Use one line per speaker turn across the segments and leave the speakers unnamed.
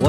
我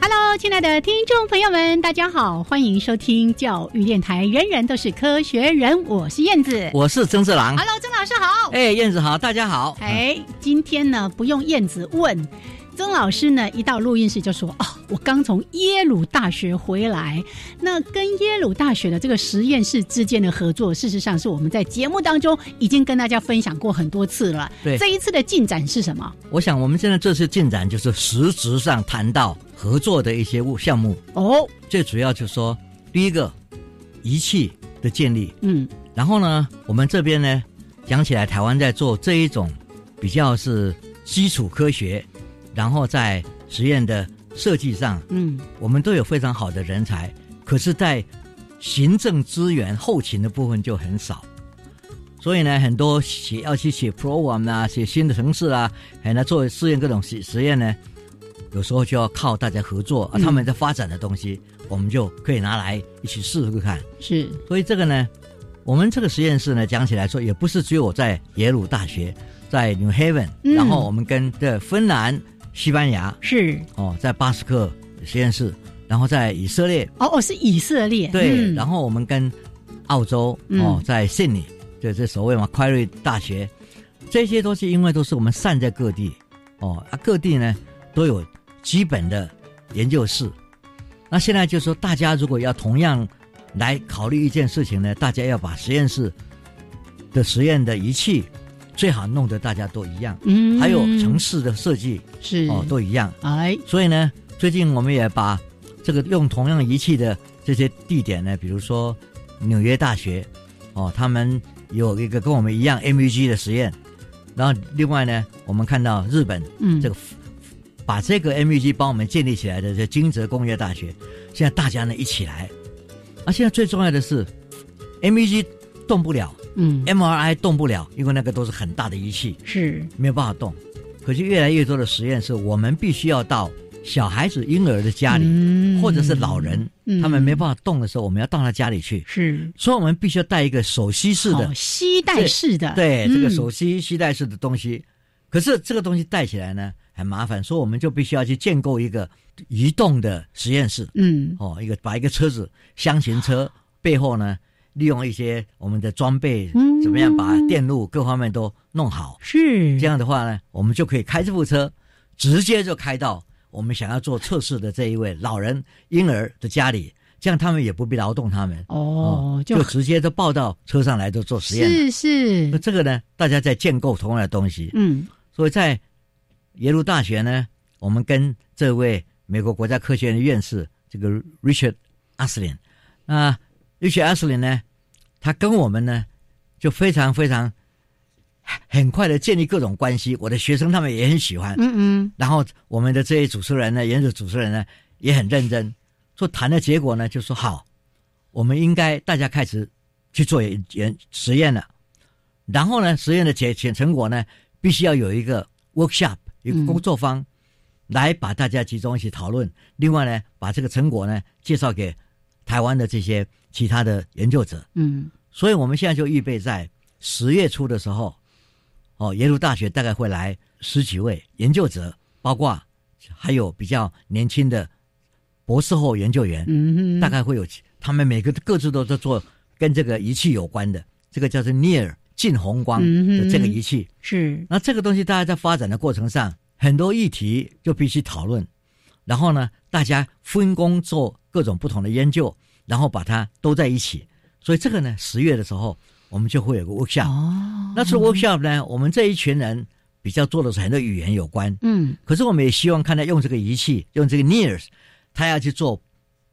Hello，亲爱的听众朋友们，大家好，欢迎收听教育电台《人人都是科学人》，我是燕子。
我是曾志郎。
Hello，曾老师好。
哎，燕子好，大家好。
哎，今天呢不用燕子问，曾老师呢一到录音室就说：“哦，我刚从耶鲁大学回来。”那跟耶鲁大学的这个实验室之间的合作，事实上是我们在节目当中已经跟大家分享过很多次了。
对
这一次的进展是什么？
我想我们现在这次进展就是实质上谈到合作的一些物项目，
哦，
最主要就是说，第一个仪器的建立，
嗯，
然后呢，我们这边呢讲起来，台湾在做这一种比较是基础科学，然后在实验的设计上，
嗯，
我们都有非常好的人才，可是，在行政资源后勤的部分就很少。所以呢，很多写要去写 program 啊，写新的城市啊，还来做试验各种实实验呢，有时候就要靠大家合作，啊、
嗯
他们在发展的东西，我们就可以拿来一起试试看。
是，
所以这个呢，我们这个实验室呢，讲起来说也不是只有我在耶鲁大学，在 New Haven，、
嗯
然后我们跟这芬兰、西班牙
是，
哦，在巴斯克实验室，然后在以色列
哦哦，是以色列。
对，
嗯
然后我们跟澳洲哦
嗯，
在悉尼，就这所谓嘛快瑞大学，这些都是因为都是我们散在各地哦，啊各地呢都有基本的研究室。那现在就是说，大家如果要同样来考虑一件事情呢，大家要把实验室的实验的仪器最好弄得大家都一样，
嗯，
还有城市的设计
是
哦都一样。
哎，
所以呢，最近我们也把这个用同样仪器的这些地点呢，比如说纽约大学，哦，他们有一个跟我们一样 MEG 的实验，然后另外呢，我们看到日本
嗯，
这个、把这个 MEG 帮我们建立起来的这金泽工业大学，现在大家呢一起来，啊，现在最重要的是 MEG 动不了
嗯
，MRI 动不了，因为那个都是很大的仪器，
是，
没有办法动。可是越来越多的实验是我们必须要到小孩子、婴儿的家里，
嗯
或者是老人，
嗯
他们没办法动的时候，我们要到他家里去。
是
所以我们必须要带一个手吸式的，
哦吸带式的，
对、这个
嗯
手吸吸带式的东西。可是这个东西带起来呢很麻烦，所以我们就必须要去建构一个移动的实验室。
嗯，
哦，一个把一个车子箱型车背后呢，利用一些我们的装备，
嗯
怎么样把电路各方面都弄好。
是
这样的话呢，我们就可以开这部车，直接就开到我们想要做测试的这一位老人、婴儿的家里，这样他们也不必劳动他们，
哦，
就直接都抱到车上来都做实验了。
是
那
是，
这个呢，大家在建构同样的东西，
嗯
所以在耶鲁大学呢，我们跟这位美国国家科学院的院士这个 Richard Aslin，啊、，Richard Aslin 呢，他跟我们呢就非常非常很快的建立各种关系，我的学生他们也很喜欢，
嗯嗯，
然后我们的这些主持人呢，研究主持人呢也很认真，说谈的结果呢就说好，我们应该大家开始去做研研实验了，然后呢实验的结结成果呢必须要有一个 workshop 一个工作坊，来把大家集中一起讨论，另外呢把这个成果呢介绍给台湾的这些其他的研究者，
嗯
所以我们现在就预备在十月初的时候，哦，耶鲁大学大概会来十几位研究者，包括还有比较年轻的博士后研究员，
嗯哼，
大概会有他们每个各自都在做跟这个仪器有关的，这个叫做 near 近红光
嗯哼
的这个仪器。
是
那这个东西大家在发展的过程上，很多议题就必须讨论，然后呢，大家分工做各种不同的研究，然后把它都在一起。所以这个呢，十月的时候我们就会有个 workshop。
哦，
那除了 workshop 呢，我们这一群人比较做的是很多语言有关，
嗯
可是我们也希望看到用这个仪器，用这个 NEARS，他要去做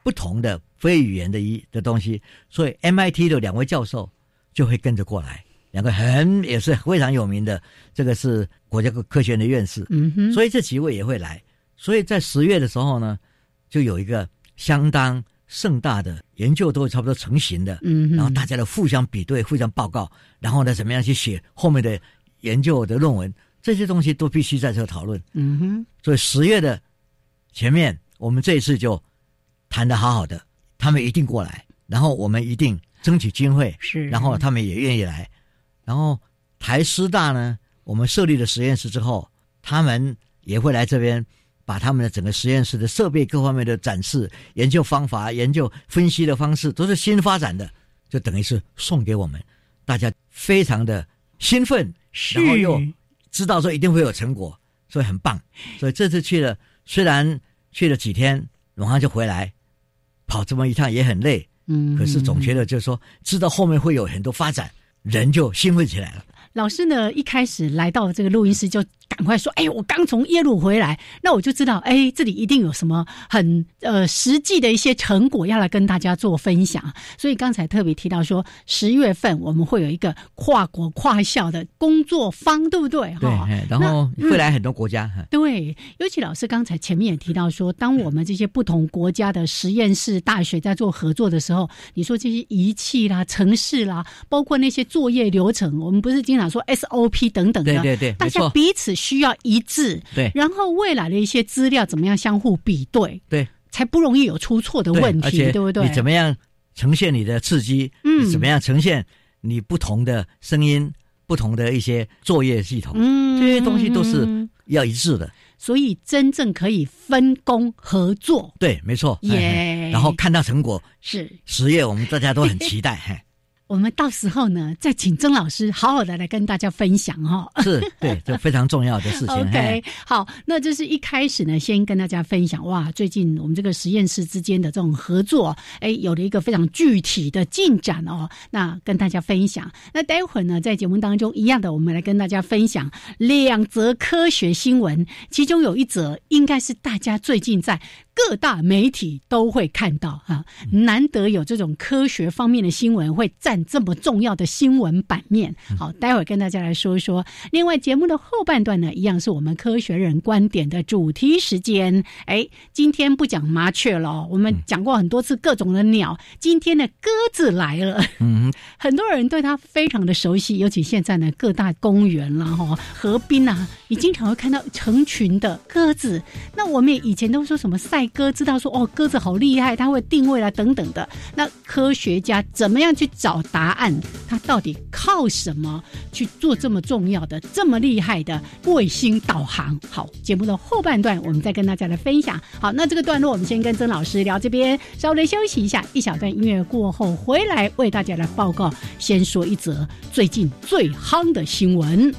不同的非语言的一的东西，所以 MIT 的两位教授就会跟着过来，两个很也是非常有名的，这个是国家科学院的院士，
嗯哼，
所以这几位也会来，所以在十月的时候呢，就有一个相当盛大的研究都差不多成型的，
嗯哼，
然后大家的互相比对、互相报告，然后呢，怎么样去写后面的研究的论文，这些东西都必须在这个讨论。
嗯哼，
所以十月的前面，我们这一次就谈的好好的，他们一定过来，然后我们一定争取经费，
是，
然后他们也愿意来。然后台师大呢，我们设立了实验室之后，他们也会来这边。把他们的整个实验室的设备各方面的展示、研究方法、研究分析的方式，都是新发展的，就等于是送给我们，大家非常的兴奋，
是
然后又知道说一定会有成果，所以很棒。所以这次去了，虽然去了几天，马上就回来，跑这么一趟也很累，
嗯，
可是总觉得就是说，知道后面会有很多发展，人就兴奋起来了。
老师呢，一开始来到这个录音室就赶快说：“哎，我刚从耶鲁回来，那我就知道，哎，这里一定有什么很呃实际的一些成果要来跟大家做分享。”所以刚才特别提到说，十月份我们会有一个跨国跨校的工作坊，对不对？
对，嘿然后
那嗯
会来很多国家。嘿
对，尤其老师刚才前面也提到说，当我们这些不同国家的实验室、大学在做合作的时候，你说这些仪器啦、城市啦，包括那些作业流程，我们不是经常说 SOP 等等的，
嗯对对对，
大
没
家
错，
彼此需要一致，
对
然后未来的一些资料怎么样相互比对，
对
才不容易有出错的
对
问
而
题，
且
对不对？
你怎么样呈现你的刺激？
嗯
你怎么样呈现你不同的声音、不同的一些作业系统？
嗯，
这些东西都是
嗯
要一致的。
所以真正可以分工合作，
对，没错。嘿嘿
耶
然后看到成果，
是
十月我们大家都很期待。嘿，
我们到时候呢，再请曾老师好好的来跟大家分享哈、 哦。
是对，这非常重要的事情。嘿
OK，好，那这是一开始呢，先跟大家分享哇，最近我们这个实验室之间的这种合作，哎，有了一个非常具体的进展哦。那跟大家分享，那待会儿呢，在节目当中一样的，我们来跟大家分享两则科学新闻，其中有一则应该是大家最近在各大媒体都会看到啊，难得有这种科学方面的新闻会占这么重要的新闻版面。好，待会儿跟大家来说一说。另外，节目的后半段呢，一样是我们科学人观点的主题时间。哎，今天不讲麻雀了哦，我们讲过很多次各种的鸟，今天的鸽子来了。
嗯，
很多人对它非常的熟悉，尤其现在呢，各大公园啦、哈河滨啊，你经常会看到成群的鸽子。那我们也以前都说什么赛鸽，知道说哦，鸽子好厉害，它会定位啦、等等的。那科学家怎么样去找答案？它到底靠什么去做这么重要的、这么厉害的卫星导航？好，节目的后半段我们再跟大家来分享。好，那这个段落我们先跟曾老师聊这边，稍微休息一下，一小段音乐过后回来为大家来报告。先说一则最近最夯的新闻。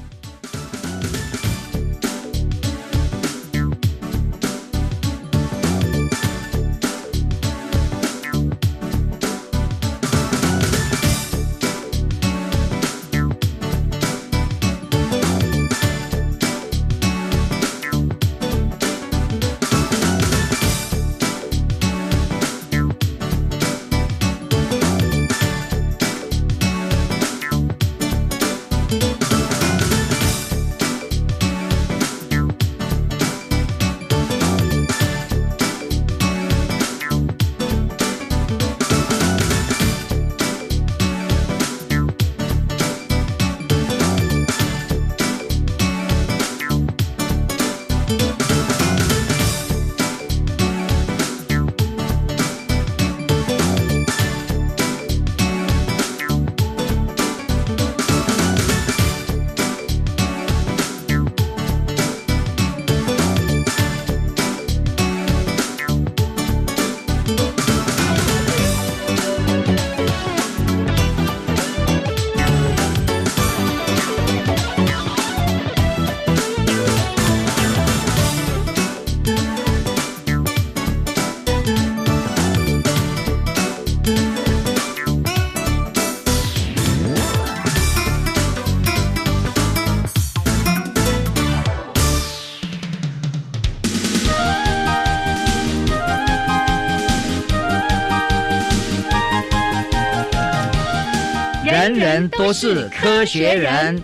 人人都是科学人。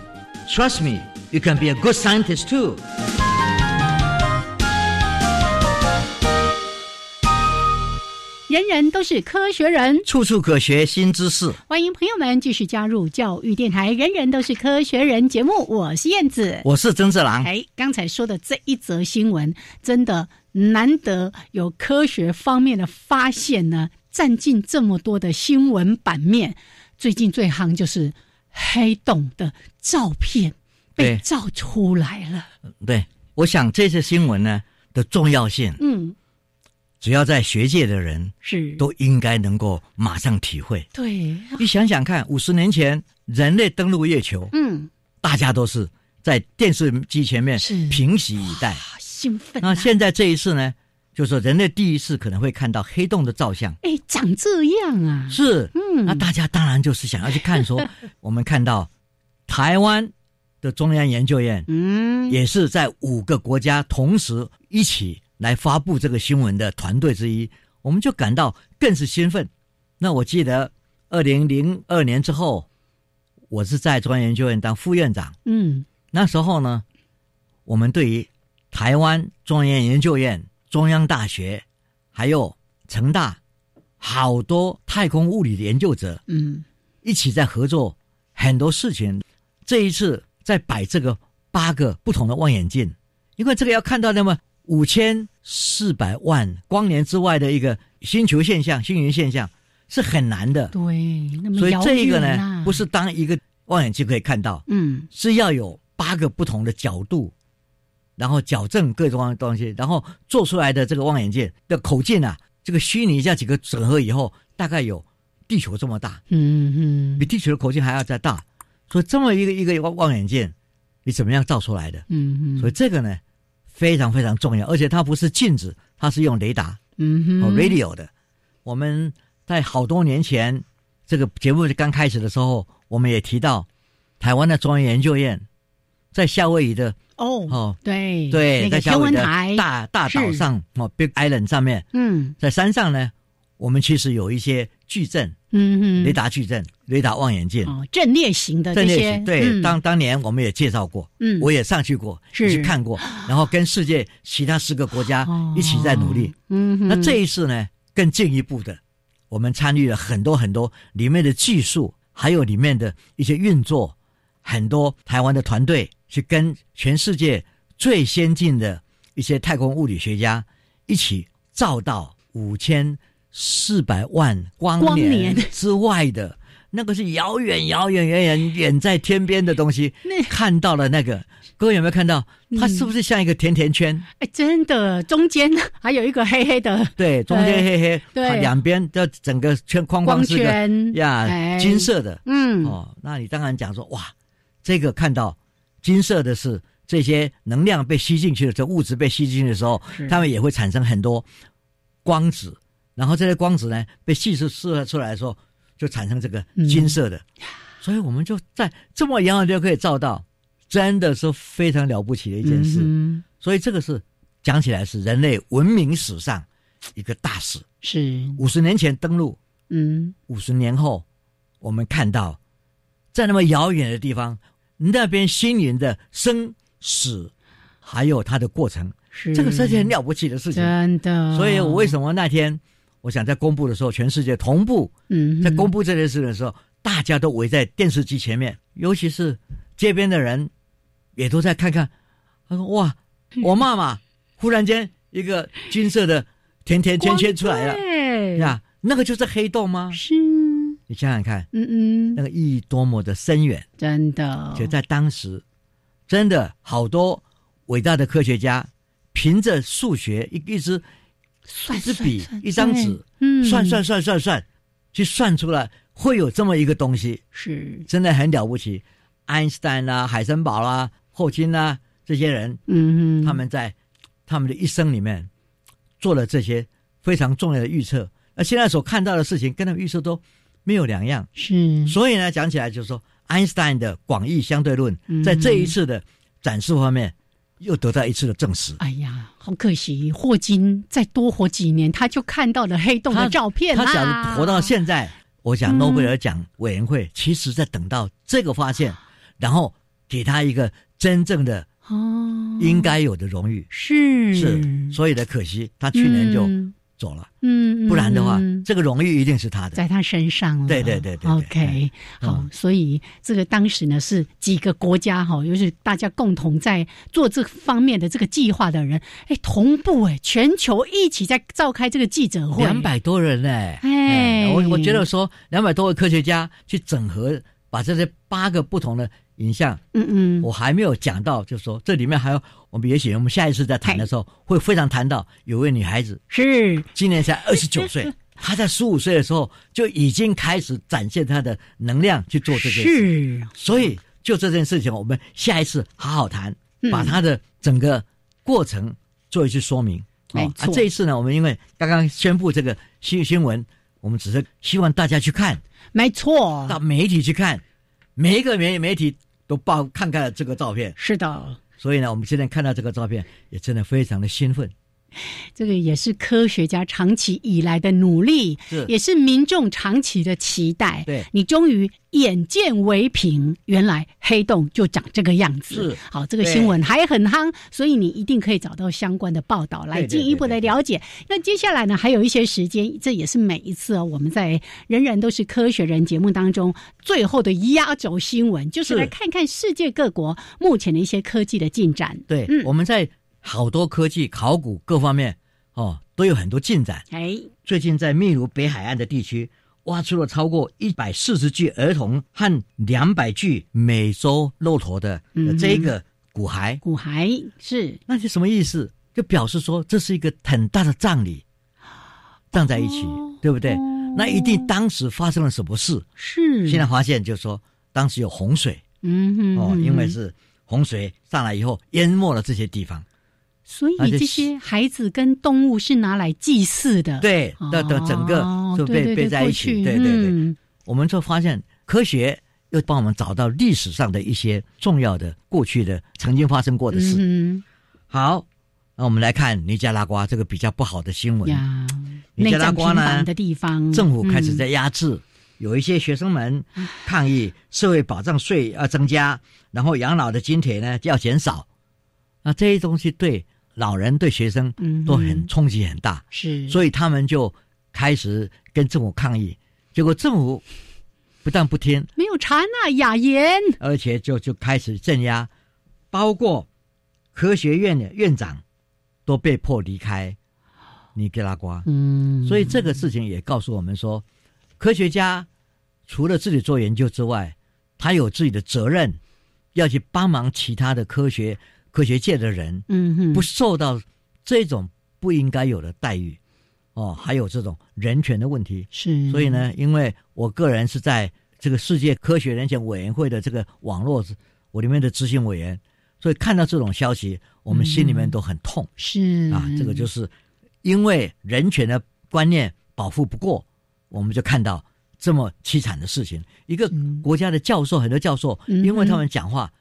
Trust me, you can be a good scientist too.
人人都是科学人。
处处可学新知识。
欢迎朋友们继续加入教育电台《人人都是科学人》节目，我是燕子。
我是曾志郎，
哎，刚才说的这一则新闻，真的难得有科学方面的发现呢，占尽这么多的新闻版面。最近最夯就是黑洞的照片被
对
照出来了，
对，我想这次新闻呢的重要性，
嗯，
只要在学界的人
是，
都应该能够马上体会。
对，
你想想看，五十年前人类登陆月球，
嗯，
大家都是在电视机前面
是
平息以待。
好兴奋
那
啊！
现在这一次呢，就是人类第一次可能会看到黑洞的照相，
哎，长这样啊，
是，
嗯
那大家当然就是想要去 看说，我们看到台湾的中央研究院
嗯，
也是在五个国家同时一起来发布这个新闻的团队之一，我们就感到更是兴奋。那我记得二零零二年之后，我是在中央研究院当副院长，
嗯，
那时候呢，我们对于台湾中央研究院、中央大学还有成大好多太空物理的研究者
嗯，
一起在合作很多事情。这一次在摆这个八个不同的望远镜，因为这个要看到那么五千四百万光年之外的一个星球现象、星云现象是很难的，
对，那么
所以
遥
这一个
远
呢
啊，
不是当一个望远镜可以看到，
嗯，
是要有八个不同的角度，然后矫正各种东西，然后做出来的这个望远镜的口径啊，这个虚拟这几个整合以后，大概有地球这么大，
嗯
比
嗯
地球的口径还要再大，所以这么一个一个望望远镜，你怎么样照出来的？
嗯
所以这个呢非常非常重要，而且它不是镜子，它是用雷达
嗯哼
哦 radio 的。我们在好多年前这个节目刚开始的时候，我们也提到台湾的中央研究院在夏威夷的
哦，
哦，
对
对，
那个
在夏
天
威
文
夷的
台，
大大岛
是
上哦 Big Island 上面，
嗯
在山上呢，我们其实有一些矩阵，
嗯嗯，
雷达矩阵、雷达望远镜。
哦，阵列型的这
阵列
些，
型对，
嗯
当当年我们也介绍过，
嗯
我也上去过，
是
也去看过，然后跟世界其他十个国家一起在努力。，
哦嗯哼，
那这一次呢，更进一步的，我们参与了很多很多里面的技术，还有里面的一些运作，很多台湾的团队去跟全世界最先进的一些太空物理学家一起照到五千四百万光
光
年
年
之外的。那个是遥远、遥远、远远、远在天边的东西
那，
看到了那个，各位有没有看到？它是不是像一个甜甜圈？
哎，真的中间还有一个黑黑的
对，中间黑黑，
对
它两边的整个圈框
光
框是个
圈，
呀
哎
金，色的
嗯，
哦。那你当然讲说哇，这个看到金色的是这些能量被吸进去的，这物质被吸进去的时候，
是
它们也会产生很多光子，然后这些光子呢被吸收射出来的时候，就产生这个金色的。
嗯
所以我们就在这么遥远就可以照到，真的是非常了不起的一件事。
嗯哼
所以这个是讲起来是人类文明史上一个大事。
是，
五十年前登陆，
嗯
五十年后我们看到，在那么遥远的地方，那边星云的生死，还有它的过程，
是，
这个是件很了不起的事情。
真的，
所以我为
么
什么那天我想在公布的时候，全世界同步
嗯哼
在公布这件事的时候，大家都围在电视机前面，尤其是街边的人，也都在看看。他说：“哇，
嗯
我妈妈忽然间一个金色的甜甜圈圈出来了
对
呀，那个就是黑洞吗？
是，嗯
你想想看，
嗯
那，个意义多么的深远！
真的，
且在当时，真的好多伟大的科学家，凭着数学一一支
算
一支
算
笔
算
一张
对
纸
嗯，
算算算算算，去算出来会有这么一个东西。”
是，
真的很了不起。爱因斯坦啦、海森堡啦、啊霍金啦、这些人，
嗯哼，
他们在他们的一生里面做了这些非常重要的预测。那现在所看到的事情跟他们预测都没有两样。
是
所以呢，讲起来就是说，爱因斯坦的广义相对论
嗯
在这一次的展示方面又得到一次的证实。
哎呀，好可惜，霍金再多活几年，他就看到了黑洞的照片啦
他假如活到现在，我想
嗯
诺贝尔奖委员会其实在等到这个发现，然后给他一个真正的
哦，
应该有的荣誉。
是
是，所以呢，可惜他去年就
嗯
走了，
嗯，嗯
不然的话，
嗯
这个荣誉一定是他的。
在他身上了。
对对对对对
OK，
嗯
好，所以这个当时呢是几个国家哈，就是大家共同在做这方面的这个计划的人，哎，同步哎，全球一起在召开这个记者会。
两百多人呢、
哎
我我觉得说两百多个科学家去整合，把这些八个不同的影像，
嗯嗯，
我还没有讲到，就是说这里面还有，我们也许我们下一次再谈的时候会非常谈到有位女孩子，
是
今年才二十九岁，她在十五岁的时候就已经开始展现她的能量去做这件事，
是，
所以就这件事情，我们下一次好好谈，
嗯
把她的整个过程做一些说明。
没
啊
错，
这一次呢，我们因为刚刚宣布这个新新闻，我们只是希望大家去看，
没错，
到媒体去看，每一个媒媒体都报看看了这个照片，
是的，
所以呢，我们现在看到这个照片，也真的非常的兴奋。
这个也是科学家长期以来的努力，
是
也是民众长期的期待。
对
你终于眼见为凭，原来黑洞就长这个样子。
是
好，这个
对
新闻还很夯，所以你一定可以找到相关的报道来
对对
进一步的
对对
了解。那接下来呢，还有一些时间，这也是每一次哦，我们在《人人都是科学人》节目当中最后的压轴新闻，就是
是
来看看世界各国目前的一些科技的进展。
对，
嗯
我们在好多科技、考古各方面哦，都有很多进展。
哎，
最近在秘鲁北海岸的地区，挖出了超过一百四十具儿童和两百具美洲骆驼的
嗯哼
呃这个骨骸。
骨骸是
那是什么意思？就表示说这是一个很大的葬礼，葬在一起，
哦
对不对？
哦
那一定当时发生了什么事？
是，
现在发现就是说，当时有洪水
嗯哼
哦，
嗯
因为
哼
是洪水上来以后淹没了这些地方。
所以
而且
这
啊是
些孩子跟动物是拿来祭祀的，
对
哦，，
的的整个就
对对
被
对
被在一起，
过去
对对对。
嗯
我们就发现科学又帮我们找到历史上的一些重要的过去的曾经发生过的事。
嗯
好，那我们来看尼加拉瓜这个比较不好的新
哼
闻，
呀，
尼加拉瓜呢
内战频繁的地方，
政府开始
嗯
在压制。有一些学生们抗议社会保障税要增加，然后养老的津贴呢要减少，那这些东西对老人对学生
嗯哼
都很冲击很大。
嗯是，以
所以他们就开始跟政府抗议，结果政府不但不听，
没有查那雅言，
而且就就开始镇压，包括科学院的院长都被迫离开尼加拉瓜。
嗯，
所以这个事情也告诉我们说，科学家除了自己做研究之外，他有自己的责任，要去帮忙其他的科学科学界的人，
嗯哼
不受到这种不应该有的待遇，哦，还有这种人权的问题。
是，
所以呢，因为我个人是在这个世界科学人权委员会的这个网络我里面的执行委员，所以看到这种消息，我们心里面都很痛、
是
啊。这个就是是因为人权的观念保护不过，我们就看到这么凄惨的事情。一个
嗯
国家的教授，很多教授，
嗯哼
因为他们讲话，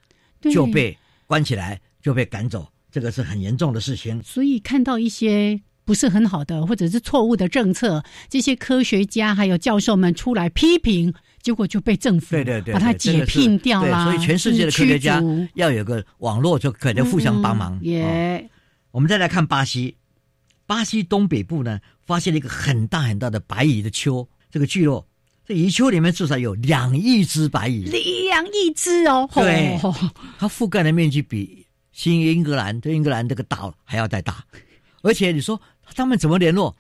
就。被关起来，就被赶走，这个是很严重的事情。
所以看到一些不是很好的或者是错误的政策，这些科学家还有教授们出来批评，结果就被政府
对对对，
把它
对这
解
个是
聘掉
对
啦。
所以全世界的科学家
甚至驱逐
要有个网络，就可能互相帮忙
嗯。
哦
也
我们再来看巴西，巴西东北部呢，发现了一个很大很大的白蚁的丘，这个聚落，这蚁丘里面至少有两亿只白蚁，
两亿只哦，吼
对它覆盖的面积比新英格兰对英格兰这个岛还要再大，而且你说他们怎么联络，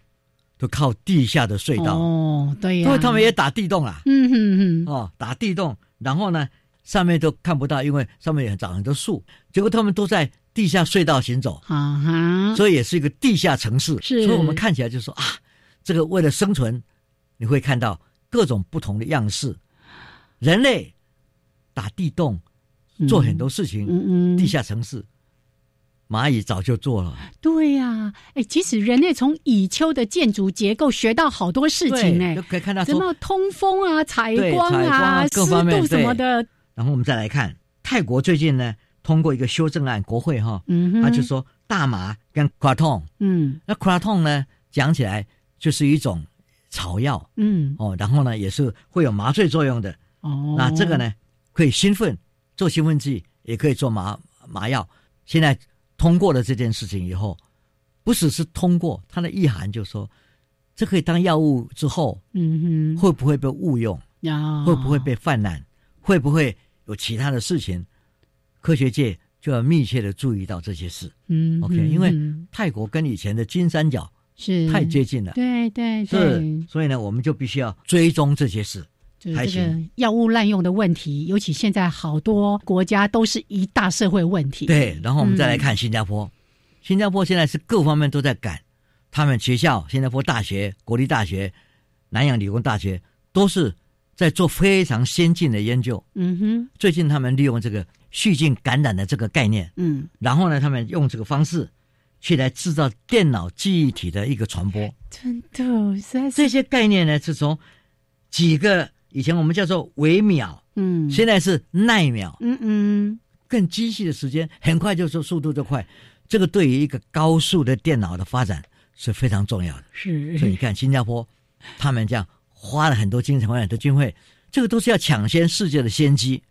都靠地下的隧道，
哦，对呀、
因为他们也打地洞啦。啊
嗯哼哼，
哦，打地洞，然后呢，上面都看不到，因为上面也长很多树。结果他们都在地下隧道行走，
啊哈，
所以也是一个地下城市。
是
所以我们看起来就说啊，这个为了生存，你会看到各种不同的样式。人类打地洞，做很多事情，
嗯嗯，
地下城市，蚂蚁早就做了。
对呀、哎，其实人类从蚁丘的建筑结构学到好多事情
对
哎
就，可以看到
什
说。
么通风啊、采
对
光
采光
啊、
啊
湿
各方面
度什么
对
的，
然后我们再来看泰国最近呢，通过一个修正案，国会哈、
嗯哼，
他就说大麻跟 q u a t o n
嗯
那 kratom 呢，讲起来就是一种草药
嗯，
哦，然后呢也是会有麻醉作用的。
哦，
那这个？呢，可以兴奋做兴奋剂，也可以做麻麻药。现在通过了这件事情以后，不只是通过，它的意涵就说，这可以当药物之后，
嗯哼，
会不会被误用？
呀，
会不会被泛滥？会不会有其他的事情？科学界就要密切的注意到这些事。
嗯哼
OK，因为
嗯
泰国跟以前的金三角
是
太接近了，
对对
是
嗯对，，
所以呢，我们就必须要追踪这些事。
就是
还
这个
行
药物滥用的问题，尤其现在好多国家都是一大社会问题。，
对，然后我们再来看新加坡，新加坡现在是各方面都在赶，他们学校，新加坡大学、国立大学、南洋理工大学都是在做非常先进的研究。
嗯哼，
最近他们利用这个细菌感染的这个概念，
嗯，
然后呢，他们用这个方式去来制造电脑记忆体的一个传播。
真的实在
这
是，
些概念呢，是从几个以前我们叫做微秒，
嗯，
现在是奈秒，
嗯嗯，
更精细的时间，很快就说速度就快。这个对于一个高速的电脑的发展是非常重要的。所以
是
你看，新加坡他们这样花了很多精神，花了很多经费，这个都是要抢先世界的先机。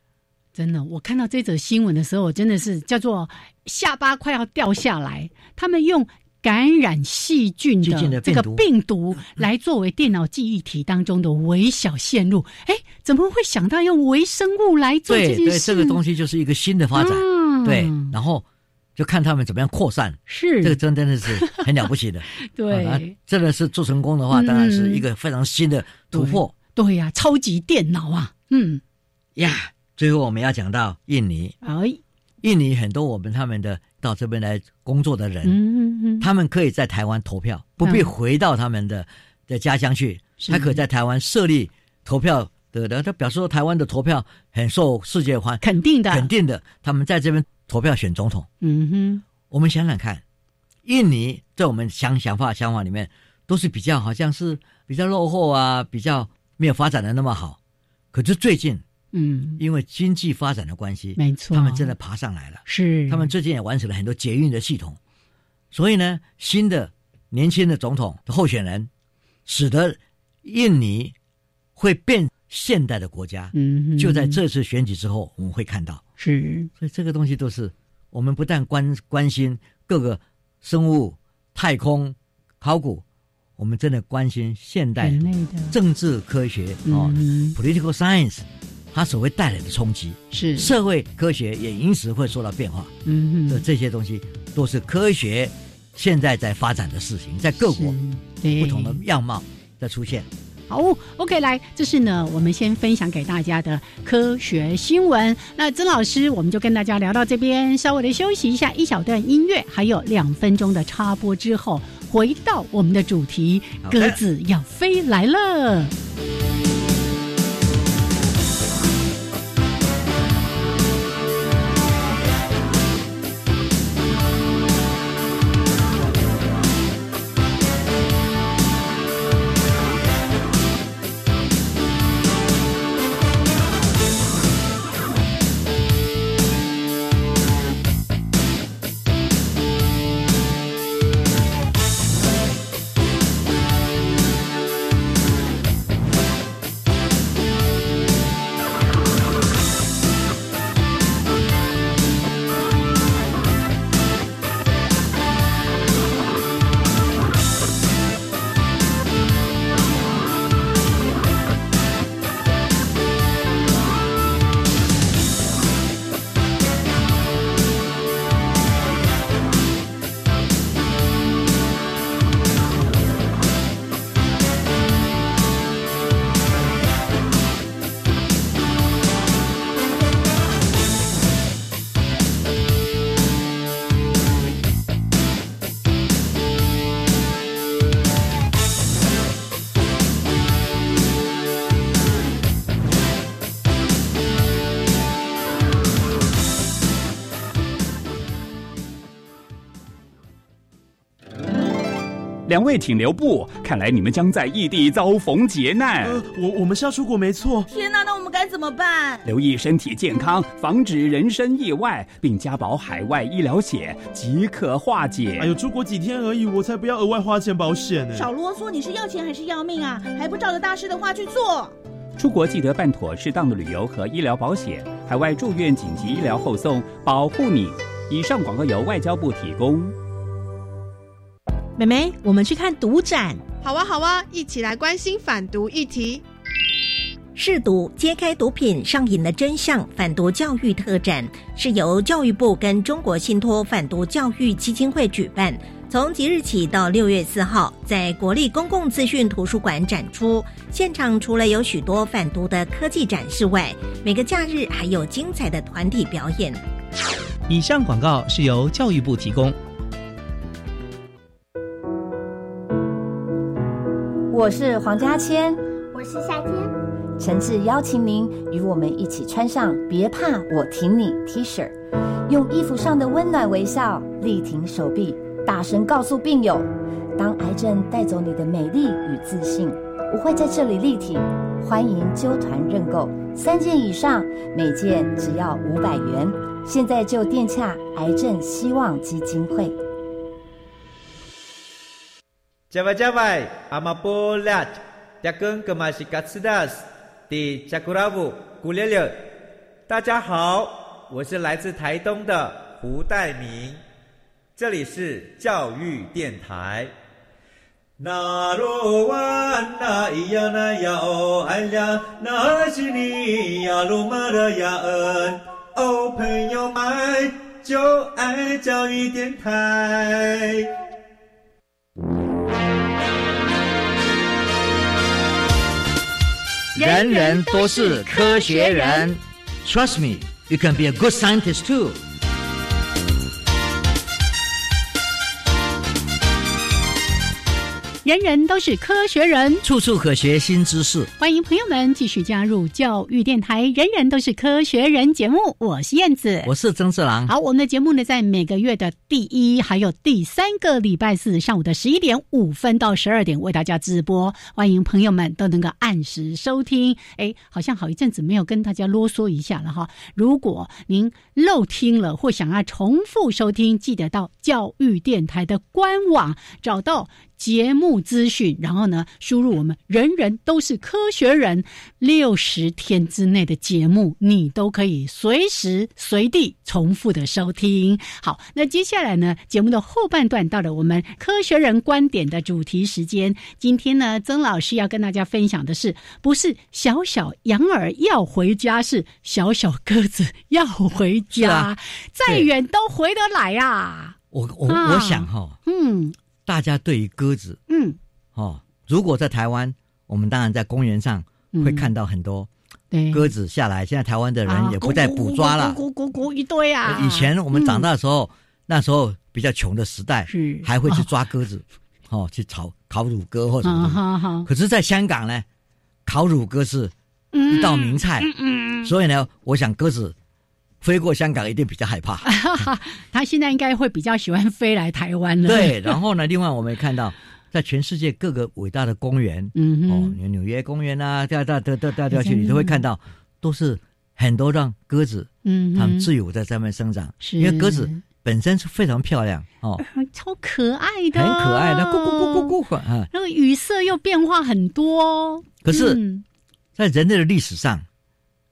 真的。我看到这则新闻的时候，我真的是叫做下巴快要掉下来。他们用感染细菌
细菌
的
的
这个
病毒嗯
病毒来作为电脑记忆体当中的微小线路，哎，怎么会想到用微生物来做这
对
件
对，
事？
这个东西就是一个新的发展。
啊
对，然后就看他们怎么样扩散。
是
这个真真的是很了不起的，
嗯 对。
啊，那真的是做成功的话，
嗯
当然是一个非常新的突破
对呀、超级电脑啊，嗯，
呀。最后我们要讲到印尼，
哎，
印尼很多我们他们的到这边来工作的人，
嗯嗯嗯，
他们可以在台湾投票，不必
嗯
回到他们的的家乡去，
是
他可以在台湾设立投票的的，他表示说台湾的投票很受世界欢，
肯定的，
肯，定的，他们在这边投票选总统。
嗯哼，
我们想想看，印尼在我们想想法想法里面都是比较好像是比较落后啊，比较没有发展的那么好。可是最近
嗯，
因为经济发展的关系，
没错，啊
他们真的爬上来了。
是
他们最近也完成了很多捷运的系统，所以呢，新的年轻的总统的候选人，使得印尼会变现代的国家。
嗯哼，
就在这次选举之后，我们会看到。
是
所以这个东西都是我们不但关关心各个生物、太空、考古，我们真的关心现代
人类的，
政治科学哦、
嗯
p o l i t i c a l science） 它所谓带来的冲击，
是，
社会科学也因此会受到变化。
嗯
这
哼，
这些东西都是科学现在在发展的事情，在各国
是对
不同的样貌在出现。
好，OK，来，这是呢，我们先分享给大家的科学新闻。那曾老师，我们就跟大家聊到这边，稍微的休息一下，一小段音乐，还有两分钟的插播之后，回到我们的主题，
好的
鸽子要飞来了。
两位请留步，看来你们将在异地遭逢劫难。
呃，我我们是要出国没错，
天哪，那我们
该怎么办？
留意身体健康，防止人身意外，并加保海外医疗险，即可化解。
哎呦，出国几天而已，我才不要额外花钱保险呢。
少啰嗦，你是要钱还是要命啊？还不照着大师的话去做？
出国记得办妥适当的旅游和医疗保险，海外住院紧急医疗后送，保护你。以上广告由外交部提供。
妹妹，我们去看毒展，
好啊，好啊，一起来关心反毒议题。
试毒揭开毒品上瘾的真相，反毒教育特展是由教育部跟中国信托反毒教育基金会举办，从即日起到六月四号，在国立公共资讯图书馆展出。现场除了有许多反毒的科技展示外，每个假日还有精彩的团体表演。
以上广告是由教育部提供。
我是黄嘉千，
我是夏天。
诚挚邀请您与我们一起穿上“别怕，我挺你 ”T 恤，用衣服上的温暖微笑力挺手臂，大声告诉病友：当癌症带走你的美丽与自信，我会在这里力挺。欢迎揪团认购，三件以上，每件只要五百元。现在就电洽癌症希望基金会。
Java Java, Amapolat, Jakun Kamashikatsidas, Di Jakuravu, Gulele。大家好，我是来自台东的胡代明，这里是教育电台。
那罗哇那咿呀那呀哦哎呀，那是你呀鲁玛的呀恩哦，朋友们就爱教育电台。
人人都是科学人，Trust me, you can be a good scientist too.
人人都是科学人，
处处可学新知识。
欢迎朋友们继续加入教育电台《人人都是科学人》节目，我是燕子，
我是曾志郎。
好，我们的节目呢，在每个月的第一还有第三个礼拜四上午的十一点五分到十二点为大家直播，欢迎朋友们都能够按时收听。哎，好像好一阵子没有跟大家啰嗦一下了哈。如果您漏听了或想要重复收听，记得到教育电台的官网找到。节目资讯，然后呢，输入我们“人人都是科学人”六十天之内的节目，你都可以随时随地重复的收听。好，那接下来呢，节目的后半段到了我们科学人观点的主题时间。今天呢，曾老师要跟大家分享的是，不是小小羊儿要回家，是小小鸽子要回家，啊、再远都回得来啊！
我我、啊、我想哈、哦，
嗯。
大家对于鸽子，
嗯，
哦，如果在台湾，我们当然在公园上
嗯
会看到很多鸽子下来。现在台湾的人也不再捕抓了，
咕咕咕一堆啊。
以前我们长大的时候，那时候比较穷的时代，还会去抓鸽子，哦，去炒烤乳鸽或者
啊
什么。可是，在香港呢，烤乳鸽是
嗯
一道名菜，所以呢，我想鸽子。飞过香港一定比较害怕，
他现在应该会比较喜欢飞来台湾了。
对，然后呢，另外我们也看到，在全世界各个伟大的公园，
嗯
哦，纽约公园啊，掉掉掉掉掉掉去，你都会看到，都是很多让鸽子，
嗯，
它们自由在上面生长，因为鸽子本身是非常漂亮哦，
超可爱的，
很可爱的，咕咕咕咕咕
啊，那个语色又变化很多。哦嗯
可是，在人类的历史上。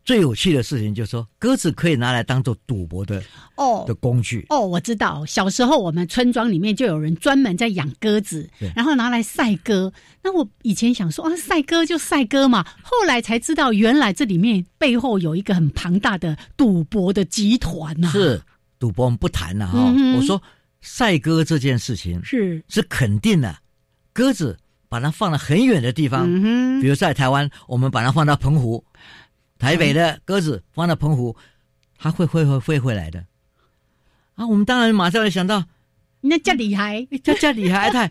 最有趣的事情就是说，鸽子可以拿来当做赌博的
哦
的工具
哦。我知道，小时候我们村庄里面就有人专门在养鸽子，然后拿来赛鸽。那我以前想说啊，赛鸽就赛鸽嘛，后来才知道原来这里面背后有一个很庞大的赌博的集团呐、啊。
是赌博我们不谈了哈、哦。
嗯、
我说赛鸽这件事情
是
是肯定的、啊，鸽子把它放到很远的地方，
嗯、
啊比如在台湾，我们把它放到澎湖。台北
嗯
的鸽子放到澎湖，它会会会飞回来的啊！我们当然马上就想到，
那叫厉害，
叫叫厉害太。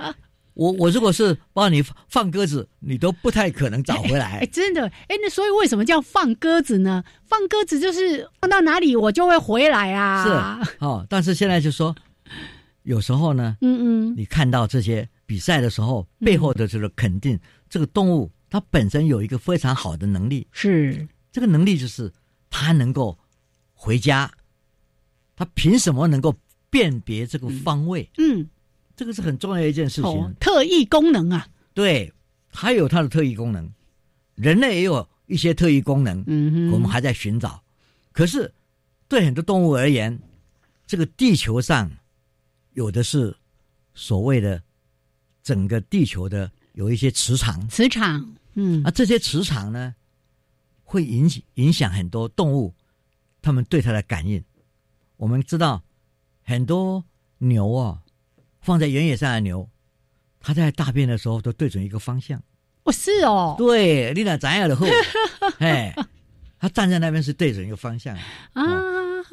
我我如果是帮你放鸽子，你都不太可能找回来。
哎，真的哎，那所以为什么叫放鸽子呢？放鸽子就是放到哪里我就会回来
啊。是哦，但是现在就说，有时候呢，
嗯嗯，
你看到这些比赛的时候，背后的就是肯定、嗯、这个动物它本身有一个非常好的能力
是。
这个能力就是他能够回家，他凭什么能够辨别这个方位？
嗯，
这个是很重要的一件事情。
哦，特异功能啊，
对，它有它的特异功能，人类也有一些特异功能，
嗯
我们还在寻找。可是对很多动物而言，这个地球上有的是所谓的整个地球的有一些磁场，
磁场，嗯，
啊，这些磁场呢，会影响影响很多动物，它们对它的感应。我们知道很多牛啊，放在原野上的牛，它在大便的时候都对准一个方向。
哦是哦，
对，你俩咱样的 后，哎，它站在那边是对准一个方向。
啊，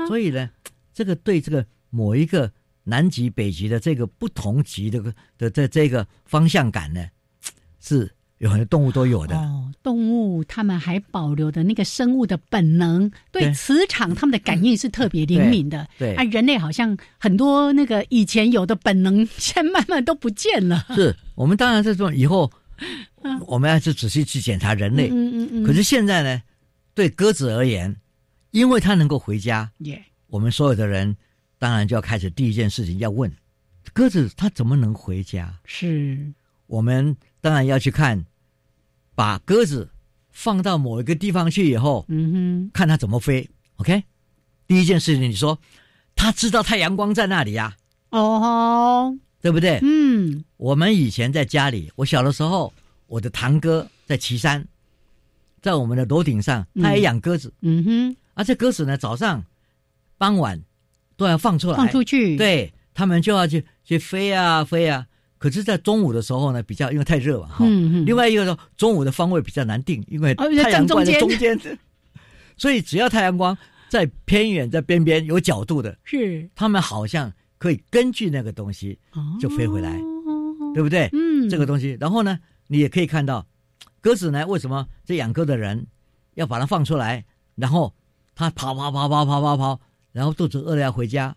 所以呢，这个对这个某一个南极、北极的这个不同极的的这这个方向感呢，是有很多动物都有的。
哦，动物它们还保留的那个生物的本能，对
对
磁场它们的感应是特别灵敏的。
对对
啊，人类好像很多那个以前有的本能，现在慢慢都不见了。
是我们当然是说以后我们要是仔细去检查人类。
嗯嗯嗯。
可是现在呢，对鸽子而言，因为它能够回家，
也
我们所有的人当然就要开始第一件事情要问：鸽子它怎么能回家？
是
我们当然要去看，把鸽子放到某一个地方去以后，
嗯
看它怎么飞。OK，第一件事情，你说它知道太阳光在那里呀、
哼，哦，
对不对？
嗯，
我们以前在家里，我小的时候，我的堂哥在岐山，在我们的楼顶上，
嗯
他也养鸽子。
嗯哼，
啊，这鸽子呢，早上、傍晚都要放出来，
放出去，，
对他们就要去去飞啊飞啊。可是，在中午的时候呢，比较因为太热嘛，哈、
嗯嗯
另外一个呢，中午的方位比较难定，因为
哦在
太阳光在
正
中
中
间， 所以只要太阳光在偏远、在边边有角度的，
是
他们好像可以根据那个东西就飞回来，对不对？
哦嗯，
这个东西。然后呢，你也可以看到，鸽子呢，为什么这养鸽的人要把它放出来，然后它跑跑跑跑跑跑跑，然后肚子饿了要回家，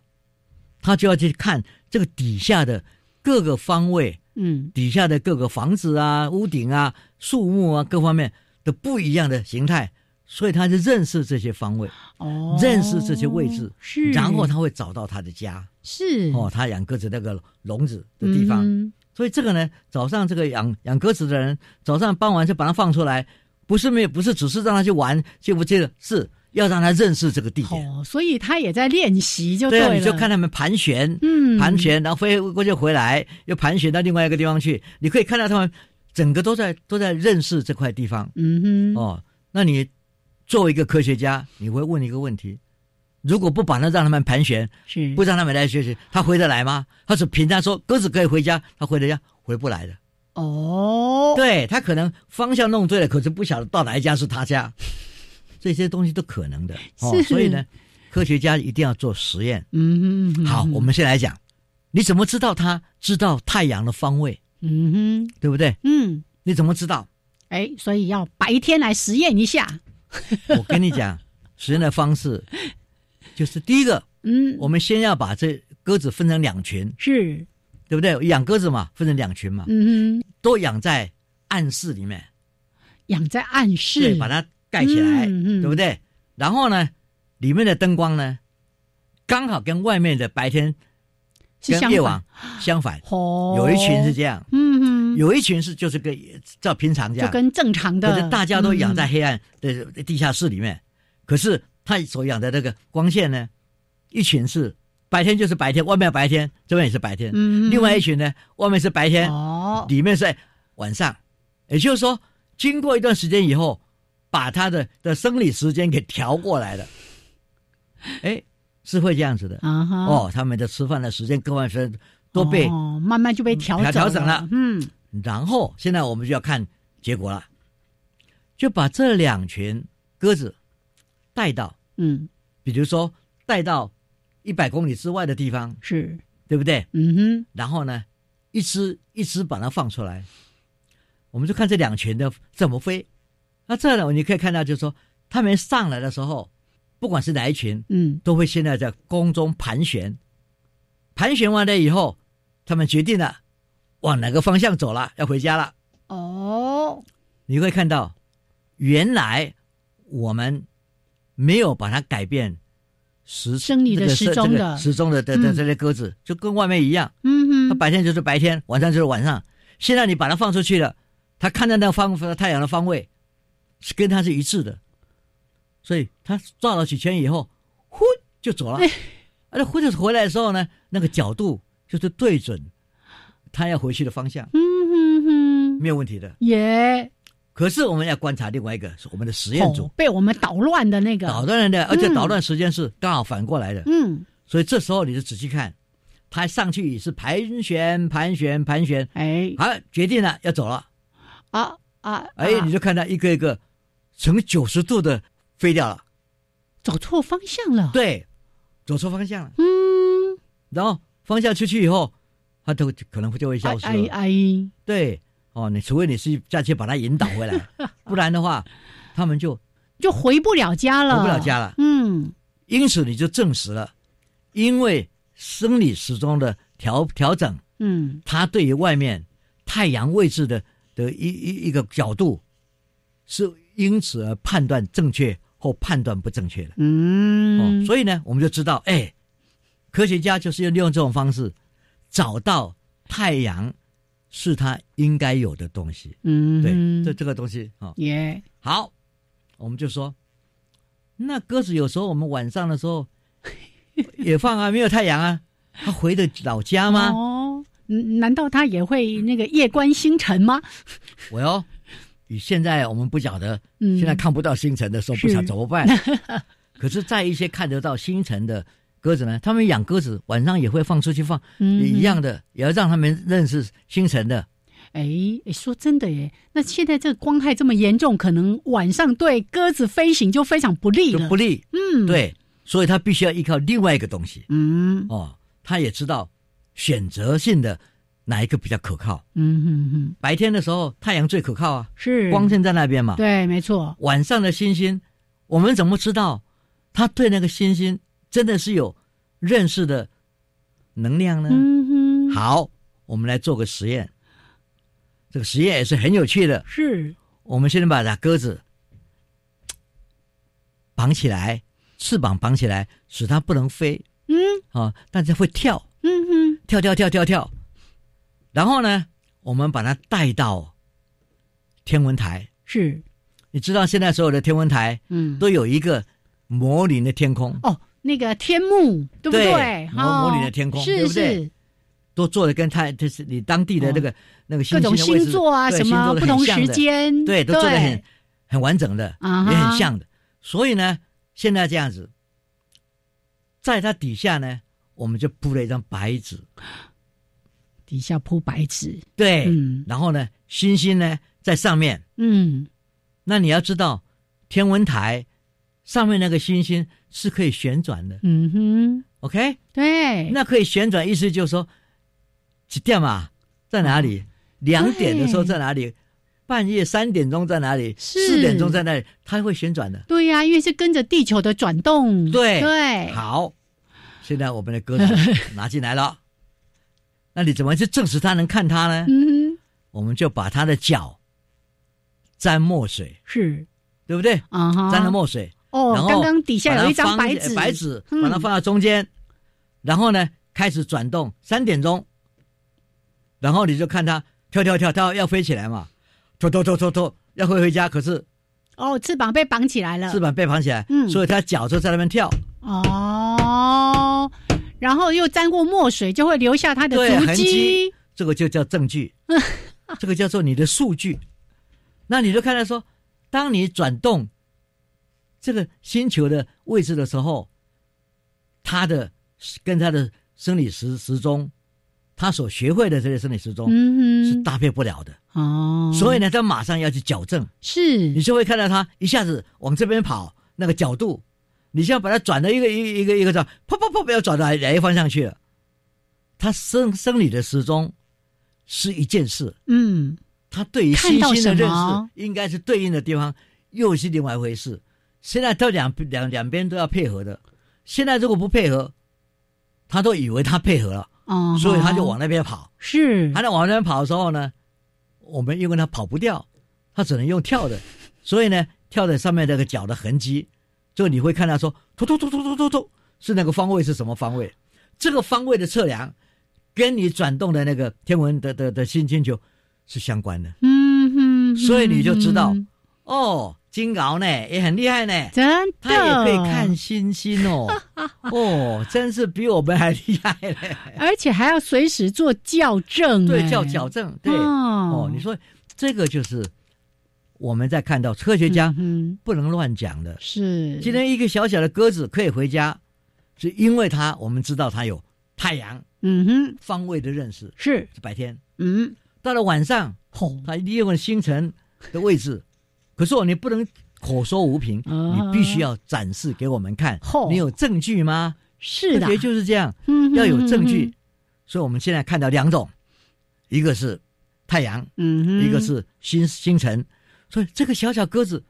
它就要去看这个底下的各个方位，
嗯
底下的各个房子啊、屋顶啊、树木啊各方面的不一样的形态，所以它就认识这些方位，
哦，
认识这些位置，
是，
然后它会找到它的家。
是
哦，它养鸽子那个笼子的地方，
嗯
所以这个呢，早上这个养养鸽子的人，早上傍晚就把它放出来，不是没有，不是只是让它去玩，去不去，是要让它认识这个地点。
哦，所以他也在练习就
对
了，
啊，你就看他们盘旋，
嗯
盘旋，然后飞过去回来，又盘旋到另外一个地方去，你可以看到他们整个都在都在认识这块地方。
嗯哼，
哦，那你作为一个科学家，你会问一个问题：如果不把它让他们盘旋，
是
不让他们来学习，他回得来吗？他是凭他说鸽子可以回家，他回得家回不来的。
哦，
对他可能方向弄对了，可是不晓得到哪一家是 他家，这些东西都可能的哦。
是
所以呢，科学家一定要做实验。
嗯哼，嗯
好，
哼
我们先来讲，你怎么知道他知道太阳的方位，
嗯哼，
对不对？
嗯，
你怎么知道？
哎，所以要白天来实验一下。
我跟你讲，实验的方式就是第一个，
嗯，
我们先要把这鸽子分成两群，
是，
对不对？养鸽子嘛，分成两群嘛，
嗯哼，
都养在暗室里面，
养在暗室，
对，把它盖起来，
嗯嗯
对不对？然后呢，里面的灯光呢，刚好跟外面的白天
是
跟
相
夜
反
晚，相反，
哦，
有一群是，这样，
嗯哼，
有一群是就是跟照平常这
就
样，
跟正常
可
的，
是大家都养在
嗯
黑暗的地下室里面，可是他所养的那个光线呢，一群是白天就是白天，外面白天，这边也是白天，
嗯
另外一群呢，外面是白天，
哦，
里面是晚上，也就是说，经过一段时间以后，把它的的生理时间给调过 来了。哎，是会这样子的、
啊哈，，
哦，他们的吃饭的时间各方面时间都被、
哦，慢慢就被调整
调整了
嗯，
然后现在我们就要看结果了，就把这两群鸽子带到，
嗯，
比如说带到一百公里之外的地方，
是，
对不对？
嗯哼，
然后呢，一只一只把它放出来，我们就看这两群的怎么飞。那这呢，你可以看到，就是说它们上来的时候，不管是哪一群，
嗯，
都会现在在空中盘旋，盘旋完了以后，他们决定了往哪个方向走了，要回家了。
哦，
你会看到，原来我们没有把它改变时
生理的
这个
时钟的
这个时钟的的的
嗯
这些鸽子，就跟外面一样，
嗯
它
哼，
白天就是白天，晚上就是晚上。现在你把它放出去了，它看到那个方太阳的方位是跟它是一致的，所以它绕了几圈以后，呼就走
哎
了。而且呼就回来的时候呢，那个角度就是对准它要回去的方向，
嗯哼哼，
没有问题的。
也
可是我们要观察另外一个，是我们的实验组
哦被我们捣乱的那个
捣乱的，而且
嗯
捣乱时间是刚好反过来的。
嗯，
所以这时候你就仔细看，它上去也是盘旋、盘旋、盘旋，
哎，
好，决定了要走了，
啊啊，
哎，
啊
你就看它一个一个呈九十度的飞掉
啊
了，
走错方向了，
对，走错方向了，
嗯，
然后方向出去以后，它都可能就会消失了。
哎哎，哎
对，哦，你除非你是再去把它引导回 来，不然的话，他们就
就回不了家了，
回不了家了
嗯，
因此你就证实了，因为生理时钟的调调整，
嗯，
它对于外面太阳位置的的一一一个角度，是因此而判断正确或判断不正确的。
嗯
哦，所以呢，我们就知道，哎，科学家就是要利用这种方式，找到太阳是它应该有的东西。
嗯
对，
哼
这这个东西啊、哦
也
好，我们就说，那鸽子有时候我们晚上的时候 也放啊，没有太阳啊，它回的老家吗？
哦，嗯难道他也会那个夜观星辰吗？
我哟，你哦现在我们不晓得，
嗯
现在看不到星辰的时候，不晓得
是
怎么办。 可是，在一些看得到星辰的鸽子呢，他们养鸽子晚上也会放出去放，
嗯
也一样的，也要让他们认识星辰的。
哎哎，说真的耶，那现在这个光害这么严重，可能晚上对鸽子飞行就非常不利
就
了。
不利。
嗯，，
对，所以他必须要依靠另外一个东西
嗯
哦，他也知道选择性的哪一个比较可靠。
嗯嗯嗯，
白天的时候，太阳最可靠啊，
是
光线在那边嘛。
嗯对，没错，
晚上的星星，我们怎么知道他对那个星星真的是有认识的能量呢？
嗯哼，
好，我们来做个实验。这个实验也是很有趣的。
是，
我们现在把它鸽子绑起来，翅膀绑起来，使它不能飞
嗯
啊，但是会跳，
嗯哼，
跳跳跳跳跳。然后呢，我们把它带到天文台。
是，
你知道现在所有的天文台
嗯，
都有一个模拟的天空，
哦，那个天幕，对不
对模
哦，
模拟的天空对
是
不对
是，
都做的跟太就是你当地的那个、那个
哦各
星
种
星的位置
星座啊，
对
什
星
么
座都
不
很
同
像
时
的
间，
对，都做的很很完整的，
啊哈
也很像的。所以呢，现在这样子，在它底下呢，我们就铺了一张白纸，
底下铺白纸，
对，
嗯
然后呢，星星呢在上面。
嗯，
那你要知道，天文台上面那个星星是可以旋转的、
嗯哼，
o k
对，
那可以旋转，意思就是说几点嘛，在哪
哦
里？两点的时候在哪里？半夜三点钟在哪里？
是
四点钟在哪里？它会旋转的。
对呀、因为是跟着地球的转动，
对
对，
好，现在我们的鸽子 拿进来了，那你怎么去证实它能看它呢？
嗯哼，
我们就把它的脚沾墨水，
是
对不对？
啊哈，
沾了墨水，然
哦，
后
刚刚底下有一张
把它
白
放
纸，
白纸
嗯
把它放到中间，然后呢开始转动，三点钟，然后你就看它跳跳跳跳要飞起来嘛，跳跳跳跳跳要飞回家，可是
哦，翅膀被绑起来了，
翅膀被绑起来，
嗯
所以它脚就在那边跳，
哦，然后又沾过墨水，就会留下它的
对
足
痕迹
迹，
这个就叫证据，这个叫做你的数据。那你就看到说，当你转动这个星球的位置的时候，它的跟它的生理时时钟，它所学会的这些生理时钟、是
嗯
搭配不了的，
哼，哦，
所以呢，它马上要去矫正，你
是
就会看到它一下子往这边跑那个角度，你就要把它转到一个一个一个一个转，啪啪啪，不要转到哪一方向去了。它生生理的时钟是一件事，
嗯
他对于
看
星
到
星的
什
认识
么
应该是对应的地方，又是另外一回事。现在都两两两边都要配合的，现在如果不配合，他都以为他配合了，
哦，
所以他就往那边跑。
是
他在往那边跑的时候呢，我们因为他跑不掉，他只能用跳的，所以呢，跳在上面那个脚的痕迹，就你会看到说突突突突突突突，是那个方位是什么方位？这个方位的测量跟你转动的那个天文的的的新星球是相关的，
嗯哼，
所以你就知道
嗯
哦，金鳌呢也很厉害呢，
真的，
他也可以看星星哦，哦，真是比我们还厉害嘞。
而且还要随时做校正、
对，
哎
叫矫正，对，
哦
哦，你说这个就是我们在看到科学家
嗯
不能乱讲的。
是
今天一个小小的鸽子可以回家，是因为它我们知道它有太阳
嗯哼
方位的认识，
是
是白天。
嗯
到了晚上，
吼
它利用了星辰的位置，可是哦，你不能口说无凭，
啊
你必须要展示给我们看。
吼
你有证据吗？
是的
科学就是这样，
嗯哼
要有证据。
嗯哼
所以我们现在看到两种，一个是太阳，
嗯哼
一个是星星辰。所以这个小小鸽子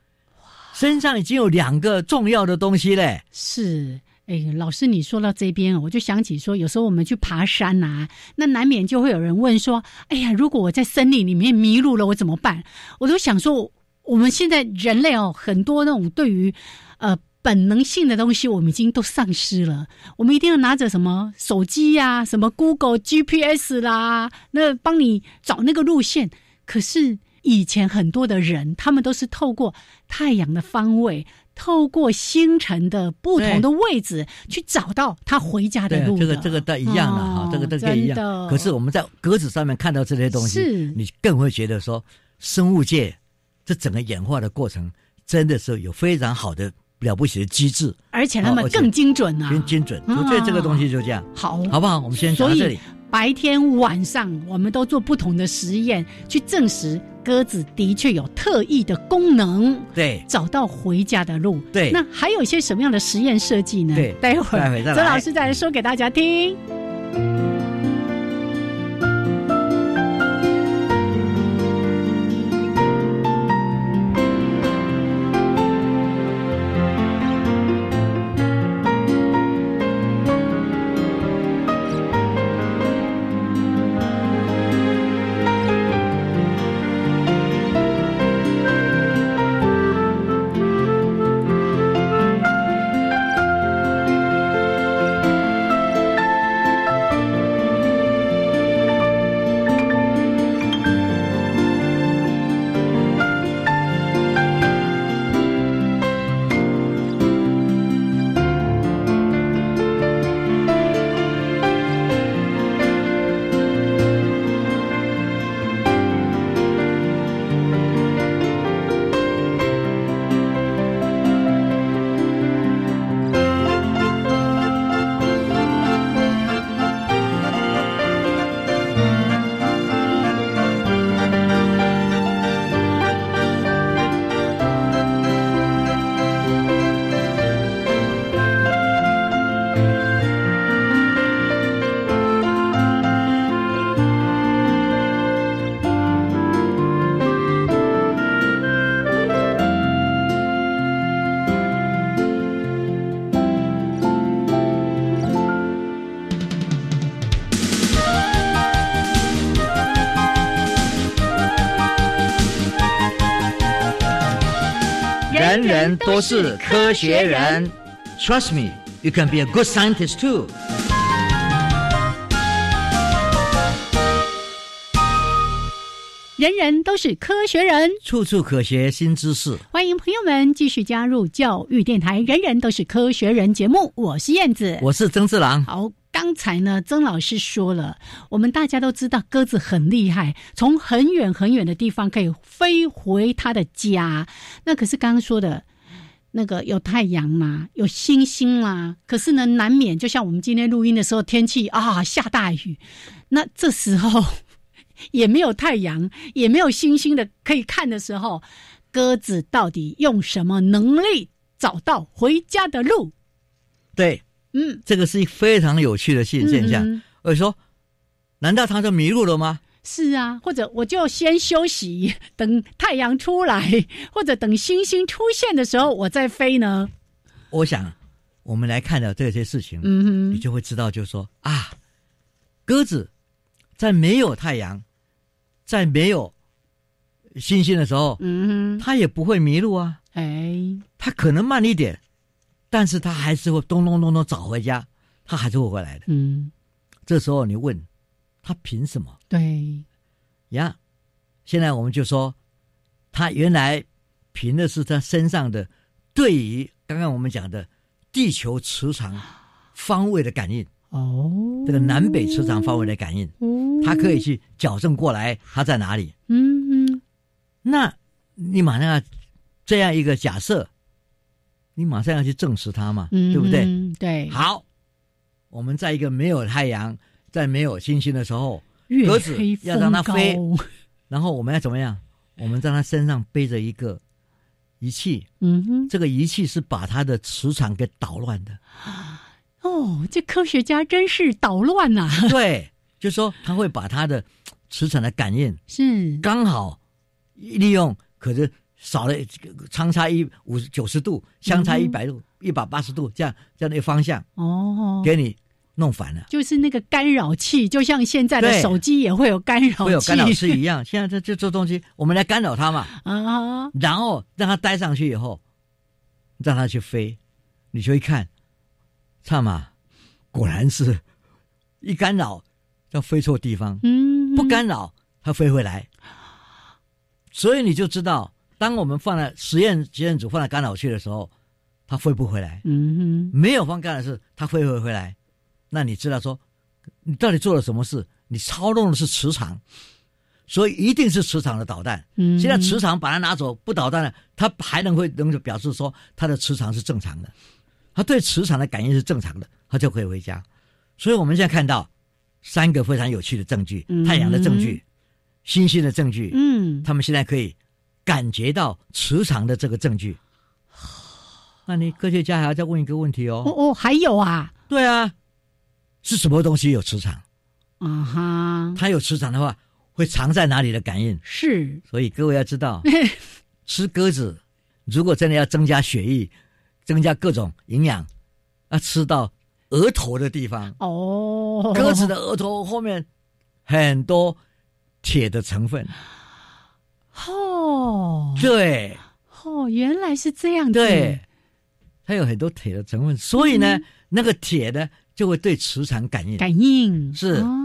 身上已经有两个重要的东西嘞。
是。哎，老师，你说到这边哦，我就想起说，有时候我们去爬山啊呐、那难免就会有人问说：“哎呀，如果我在森林里面迷路了，我怎么办？”我都想说，我们现在人类哦，很多那种对于呃本能性的东西，我们已经都丧失了。我们一定要拿着什么手机呀、什么 Google GPS 啦，那帮你找那个路线。可是以前很多的人，他们都是透过太阳的方位，透过星辰的不同的位置去找到他回家
对
的
啊，
路
这
的
个这个倒一样了哈、
哦
这个这个
真
一样。
的
可是我们在鸽子上面看到这些东西
是，
你更会觉得说，生物界这整个演化的过程真的是有非常好的了不起的机制，
而且他们
哦而且
更精准啊
跟精准。
啊
所以这个东西就这样，
好，
好不好？我们先讲
所
到
以
这里。
白天晚上，我们都做不同的实验，去证实鸽子的确有特异的功能，
对
找到回家的路。
对
那还有一些什么样的实验设计呢？
对
待会
待会
儿
再来
周老师再来说给大家听。
人人都是科学人。Trust me, you can be a good scientist too.
人人都是科学人，
处处可学新知识。
欢迎朋友们继续加入教育电台《人人都是科学人》节目，我是燕子，
我是曾志郎。
好，刚才呢，曾老师说了，我们大家都知道鸽子很厉害，从很远很远的地方可以飞回它的家。那可是刚刚说的。那个有太阳啦，有星星啦，可是呢，难免就像我们今天录音的时候，天气啊下大雨，那这时候 也没有太阳，也没有星星的可以看的时候，鸽子到底用什么能力找到回家的路？
对，
嗯，
这个是一个非常有趣的现现象。
嗯嗯
我说，难道他就迷路了吗？
是啊，或者我就先休息， 等太阳出来，或者等星星出现的时候，我再飞呢。
我想，我们来看到这些事情，
嗯哼
你就会知道，就是说啊，鸽子在没有太阳，在没有星星的时候，
嗯哼，
它也不会迷路啊。
哎，
他可能慢一点，但是他还是会咚咚咚咚找回家，他还是会回来的。
嗯，
这时候你问他凭什么
对，
呀？现在我们就说，他原来凭的是他身上的对于刚刚我们讲的地球磁场方位的感应，
哦，
这个南北磁场方位的感应，
哦，
他可以去矫正过来他在哪里。
嗯嗯，
那你马上要这样一个假设，你马上要去证实它嘛，
嗯，
对不对？
嗯？对，
好，我们在一个没有太阳、在没有星星的时候，
月
鸽子
黑
要让它
风
飞
高
然后我们要怎么样？我们在它身上背着一个仪器，
嗯哼，
这个仪器是把它的磁场给捣乱的。
哦，这科学家真是捣乱啊呐、
对，就说它会把它的磁场的感应
是，
刚好利用，可是少了相差一五九十度，相差
嗯
一百度、一百八十度这样这样的一个方向，
哦，
给你弄反了。
就是那个干扰器，就像现在的
对
手机也会有干扰器，
会有干扰是一样，现在这这这东西，我们来干扰它嘛，
啊，
然后让它待上去以后，让它去飞，你就一看，差嘛，果然是一干扰，要飞错地方，
嗯，
不干扰它飞回来，所以你就知道，当我们放了实验实验组放了干扰器的时候，它飞不回来，
嗯
没有放干扰器，它飞回回来，那你知道说，你到底做了什么事？你操纵的是磁场，所以一定是磁场的导弹。
嗯，
现在磁场把它拿走不导弹了，它还能会能够表示说它的磁场是正常的，它对磁场的感应是正常的，它就可以回家。所以我们现在看到三个非常有趣的证据：
嗯
太阳的证据、星星的证据，
嗯，
他们现在可以感觉到磁场的这个证据。那你科学家还要再问一个问题
哦
哦，
哦，还有啊，
对啊，是什么东西有磁场？
啊哈，
它有磁场的话，会藏在哪里的感应？
是，
所以各位要知道，吃鸽子如果真的要增加血液、增加各种营养，要吃到额头的地方。
哦，
鸽子的额头后面很多铁的成分，
哦，
对
哦，原来是这样子，
对，它有很多铁的成分，所以呢，那个铁呢就会对磁场感应。
感应
是
哦，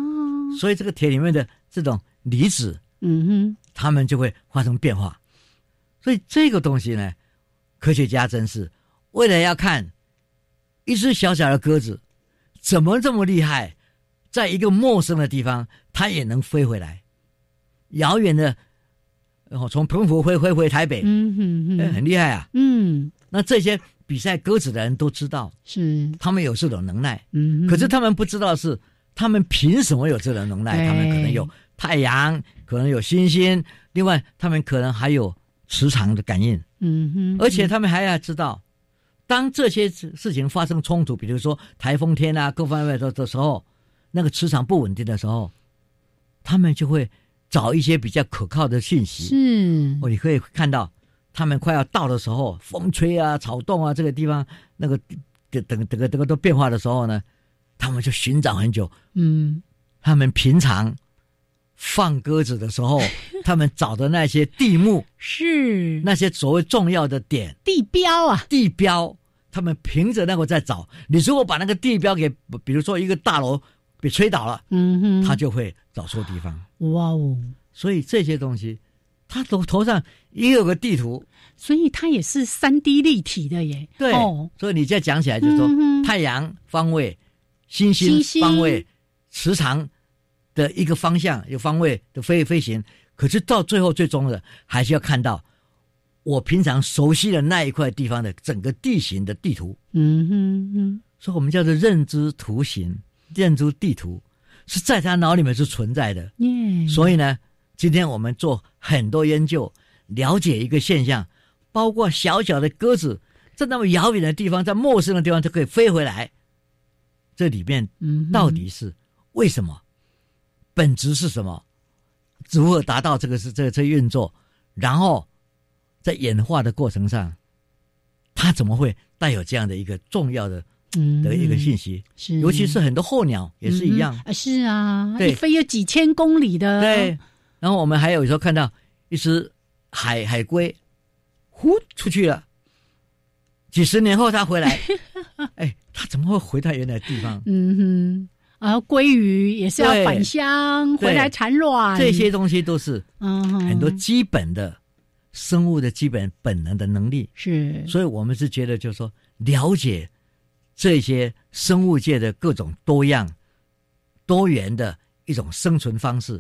所以这个铁里面的这种离子，
嗯
它们就会发生变化。所以这个东西呢，科学家真是为了要看一只小小的鸽子怎么这么厉害，在一个陌生的地方它也能飞回来，遥远的哦，从澎湖飞飞回台北
哼，，嗯哼
哎
哼，
很厉害啊。
嗯，
那这些比赛鸽子的人都知道，
是，
他们有这种能耐，
嗯哼，
可是他们不知道是他们凭什么有这种能耐？
对
他们可能有太阳，可能有星星，另外他们可能还有磁场的感应，
嗯哼，
而且他们还要知道，当这些事情发生冲突，比如说台风天啊，各方面的的时候，那个磁场不稳定的时候，他们就会找一些比较可靠的讯息。
是，
哦，你可以看到他们快要到的时候，风吹啊、草动啊，这个地方那个等等等个这个都变化的时候呢，他们就寻找很久。
嗯，
他们平常放鸽子的时候，他们找的那些地目、
是
那些所谓重要的点、
地标啊，
地标，他们凭着那个在找。你如果把那个地标给，比如说一个大楼被吹倒了，
嗯哼，
他就会找错地方。
哇哦，
所以这些东西，他头头上也有个地图。
所以它也是三 D 立体的耶，
对，
哦，
所以你再讲起来就是说，
嗯哼
太阳方位、星星
星星
方位、磁场的一个方向、有方位的飞飞行，可是到最后最终的还是要看到我平常熟悉的那一块地方的整个地形的地图，
嗯哼哼，
所以我们叫做认知图形、认知地图，是在他脑里面是存在的。
耶，
所以呢，今天我们做很多研究，了解一个现象，包括小小的鸽子在那么遥远的地方，在陌生的地方就可以飞回来，这里面
嗯哼
到底是为什么？本质是什么？如何达到这个是这个这个运作？然后在演化的过程上，它怎么会带有这样的一个重要的的一个信
息，
息？
嗯是，
尤其是很多候鸟也是一样
嗯哼，啊，是啊，
对
一飞有几千公里的，
对，，然后我们还有时候看到一只海海龟呼出去了。几十年后他回 来，哎，他怎么会回到原来的地方？
嗯哼，然后鲑鱼也是要返乡
对
回来产卵，
这些东西都是
嗯哼
很多基本的生物的基本本能的能力。
是
所以我们是觉得，就是说了解这些生物界的各种多样、多元的一种生存方式，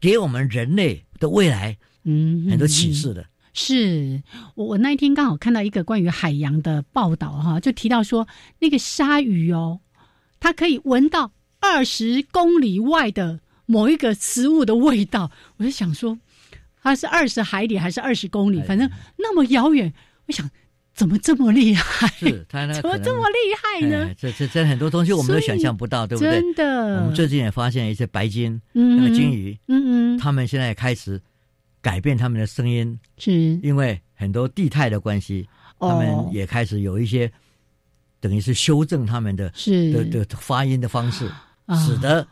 给我们人类的未来
嗯
很多启示的。
是我我那一天刚好看到一个关于海洋的报道哈，就提到说那个鲨鱼哦，它可以闻到二十公里外的某一个食物的味道，我就想说它是二十海里还是二十公里，反正那么遥远，我想怎么这么厉害？
是他那
怎
可
么
能
这么厉害呢？
哎这这这很多东西我们都想象不到，对不对？
真的
我们最近也发现一些白鲸，
嗯
那个鲸鱼，
嗯嗯
他们现在也开始改变他们的声音，
是
因为很多地态的关系，
哦
他们也开始有一些，等于是修正他们的
是
的的的发音的方式，
啊
使得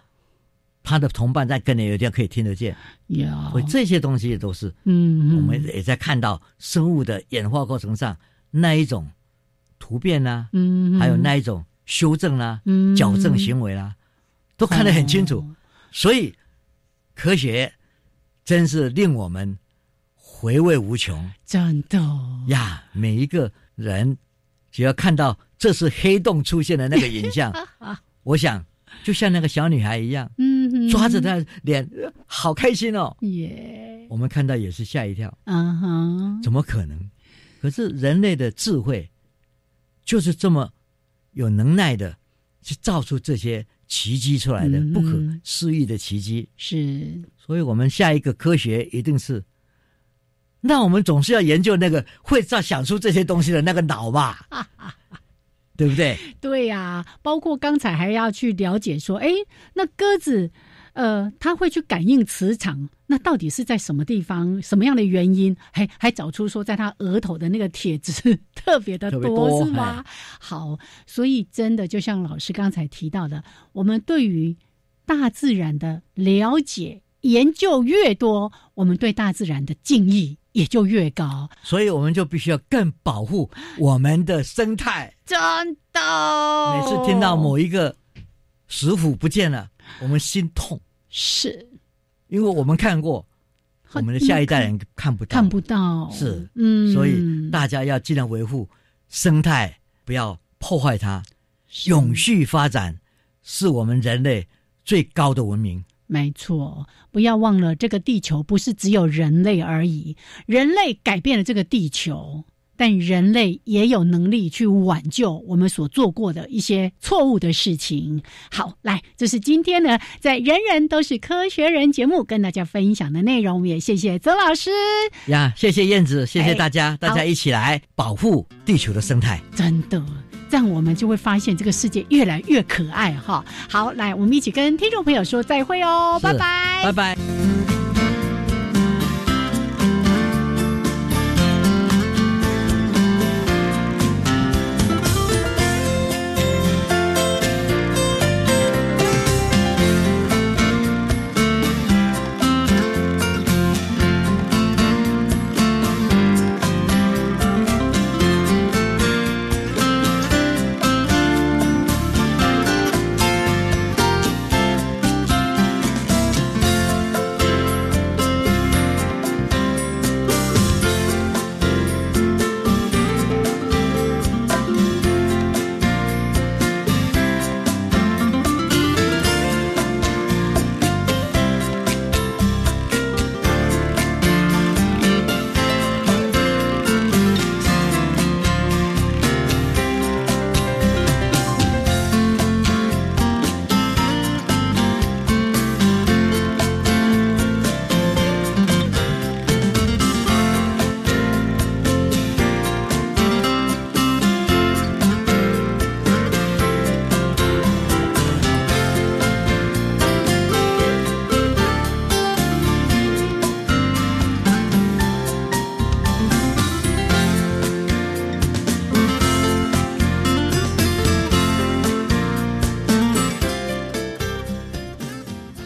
他的同伴在跟你有点可以听得见。
呀
所以这些东西都是，
哦嗯嗯
我们也在看到生物的演化过程上那一种突变啊，
嗯
还有那一种修正啦、
嗯哦
矫正行为啦、都看得很清楚。所以科学真是令我们回味无穷
真的
呀！每一个人只要看到这是黑洞出现的那个 影像，我想就像那个小女孩一样，
嗯哼
抓着她的脸，呃好开心哦。
耶，
我们看到也是吓一跳，
嗯哼，
怎么可能？可是人类的智慧就是这么有能耐的，去造出这些奇迹出来的、
嗯
不可思议的奇迹。
是，
所以我们下一个科学一定是，那我们总是要研究那个会造想出这些东西的那个脑 吧，对不对？
对呀、包括刚才还要去了解说，哎，那鸽子，呃，它会去感应磁场，那到底是在什么地方，什么样的原因？还还找出说，在它额头的那个铁质特别的
特
多，
别多
是吗？
哎
好，所以真的就像老师刚才提到的，我们对于大自然的了解、研究越多，我们对大自然的敬意也就越高。
所以我们就必须要更保护我们的生态。
真的，
每次
哦
听到某一个石虎不见了，我们心痛，
是
因为我们看过，我们的下一代人看不到，
看不到，
是，
嗯
所以大家要尽量维护生态，不要破坏它，永续发展是我们人类最高的文明。
没错，不要忘了，这个地球不是只有人类而已，人类改变了这个地球，但人类也有能力去挽救我们所做过的一些错误的事情。好，来，这是今天呢，在《人人都是科学人》节目跟大家分享的内容，我们也谢谢曾老师。
呀，谢谢燕子，谢
哎
谢大家，大
好
家一起来保护地球的生态。
真的，这样我们就会发现这个世界越来越可爱哈。好，来，我们一起跟听众朋友说再会哦，
是
拜拜，
拜拜。